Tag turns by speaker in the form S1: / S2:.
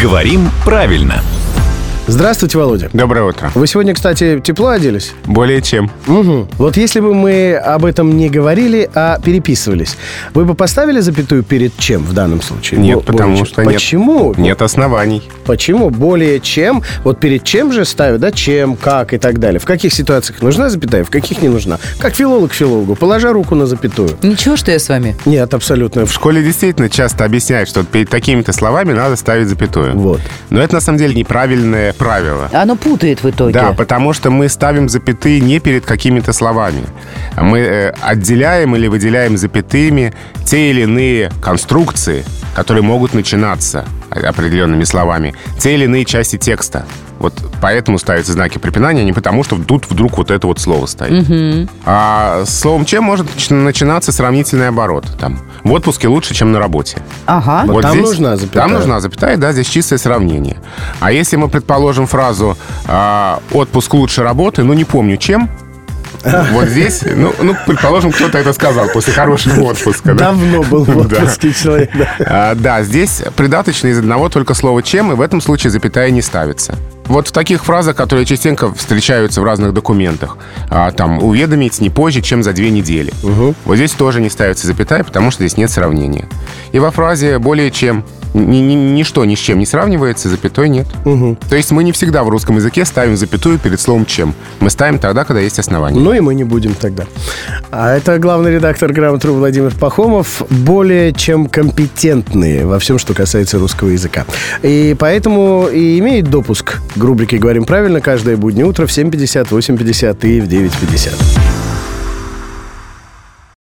S1: Говорим правильно.
S2: Здравствуйте, Володя.
S3: Доброе утро.
S2: Вы сегодня, кстати, тепло оделись?
S3: Более чем.
S2: Угу. Вот если бы мы об этом не говорили, а переписывались, вы бы поставили запятую перед чем в данном случае?
S3: Нет,
S2: Бо-
S3: потому
S2: более чем.
S3: что нет.
S2: Почему?
S3: Нет оснований.
S2: Почему более чем? Вот перед чем же ставят, да, чем, как и так далее. В каких ситуациях нужна запятая, в каких не нужна? Как филолог филологу, положа руку на запятую.
S4: Ничего, что я с вами.
S2: Нет, абсолютно.
S3: В школе действительно часто объясняют, что перед такими-то словами надо ставить запятую.
S2: Вот.
S3: Но это на самом деле неправильное правило.
S4: Оно путает в итоге.
S3: Да, потому что мы ставим запятые не перед какими-то словами. Мы э, отделяем или выделяем запятыми те или иные конструкции, которые могут начинаться определенными словами, те или иные части текста. Вот поэтому ставятся знаки препинания, а не потому, что тут вдруг вот это вот слово стоит. А с словом «чем» может нач- начинаться сравнительный оборот. Там, в отпуске лучше, чем на работе.
S4: Ага.
S2: Вот там нужна запятая.
S3: Там нужна запятая, да, здесь чистое сравнение. А если мы предположим фразу а, «отпуск лучше работы», ну, не помню чем, вот здесь, ну, ну, предположим, кто-то это сказал после хорошего отпуска. да?
S2: Давно был в
S3: Да.
S2: отпуске человек. да.
S3: А, да, здесь придаточно из одного только слова «чем», и в этом случае запятая не ставится. Вот в таких фразах, которые частенько встречаются в разных документах, а, там «уведомить не позже, чем за две недели». Вот здесь тоже не ставится запятая, потому что здесь нет сравнения. И во фразе «более чем» ни- ни- ничто ни с чем не сравнивается, запятой нет. То есть мы не всегда в русском языке ставим запятую перед словом «чем». Мы ставим тогда, когда есть основания.
S2: Ну и мы не будем тогда. А это главный редактор «Грамотру» Владимир Пахомов. Более чем компетентные во всем, что касается русского языка. И поэтому и имеет допуск к рубрике «Говорим правильно» каждое буднее утро в 7.50, 8.50 и в 9.50.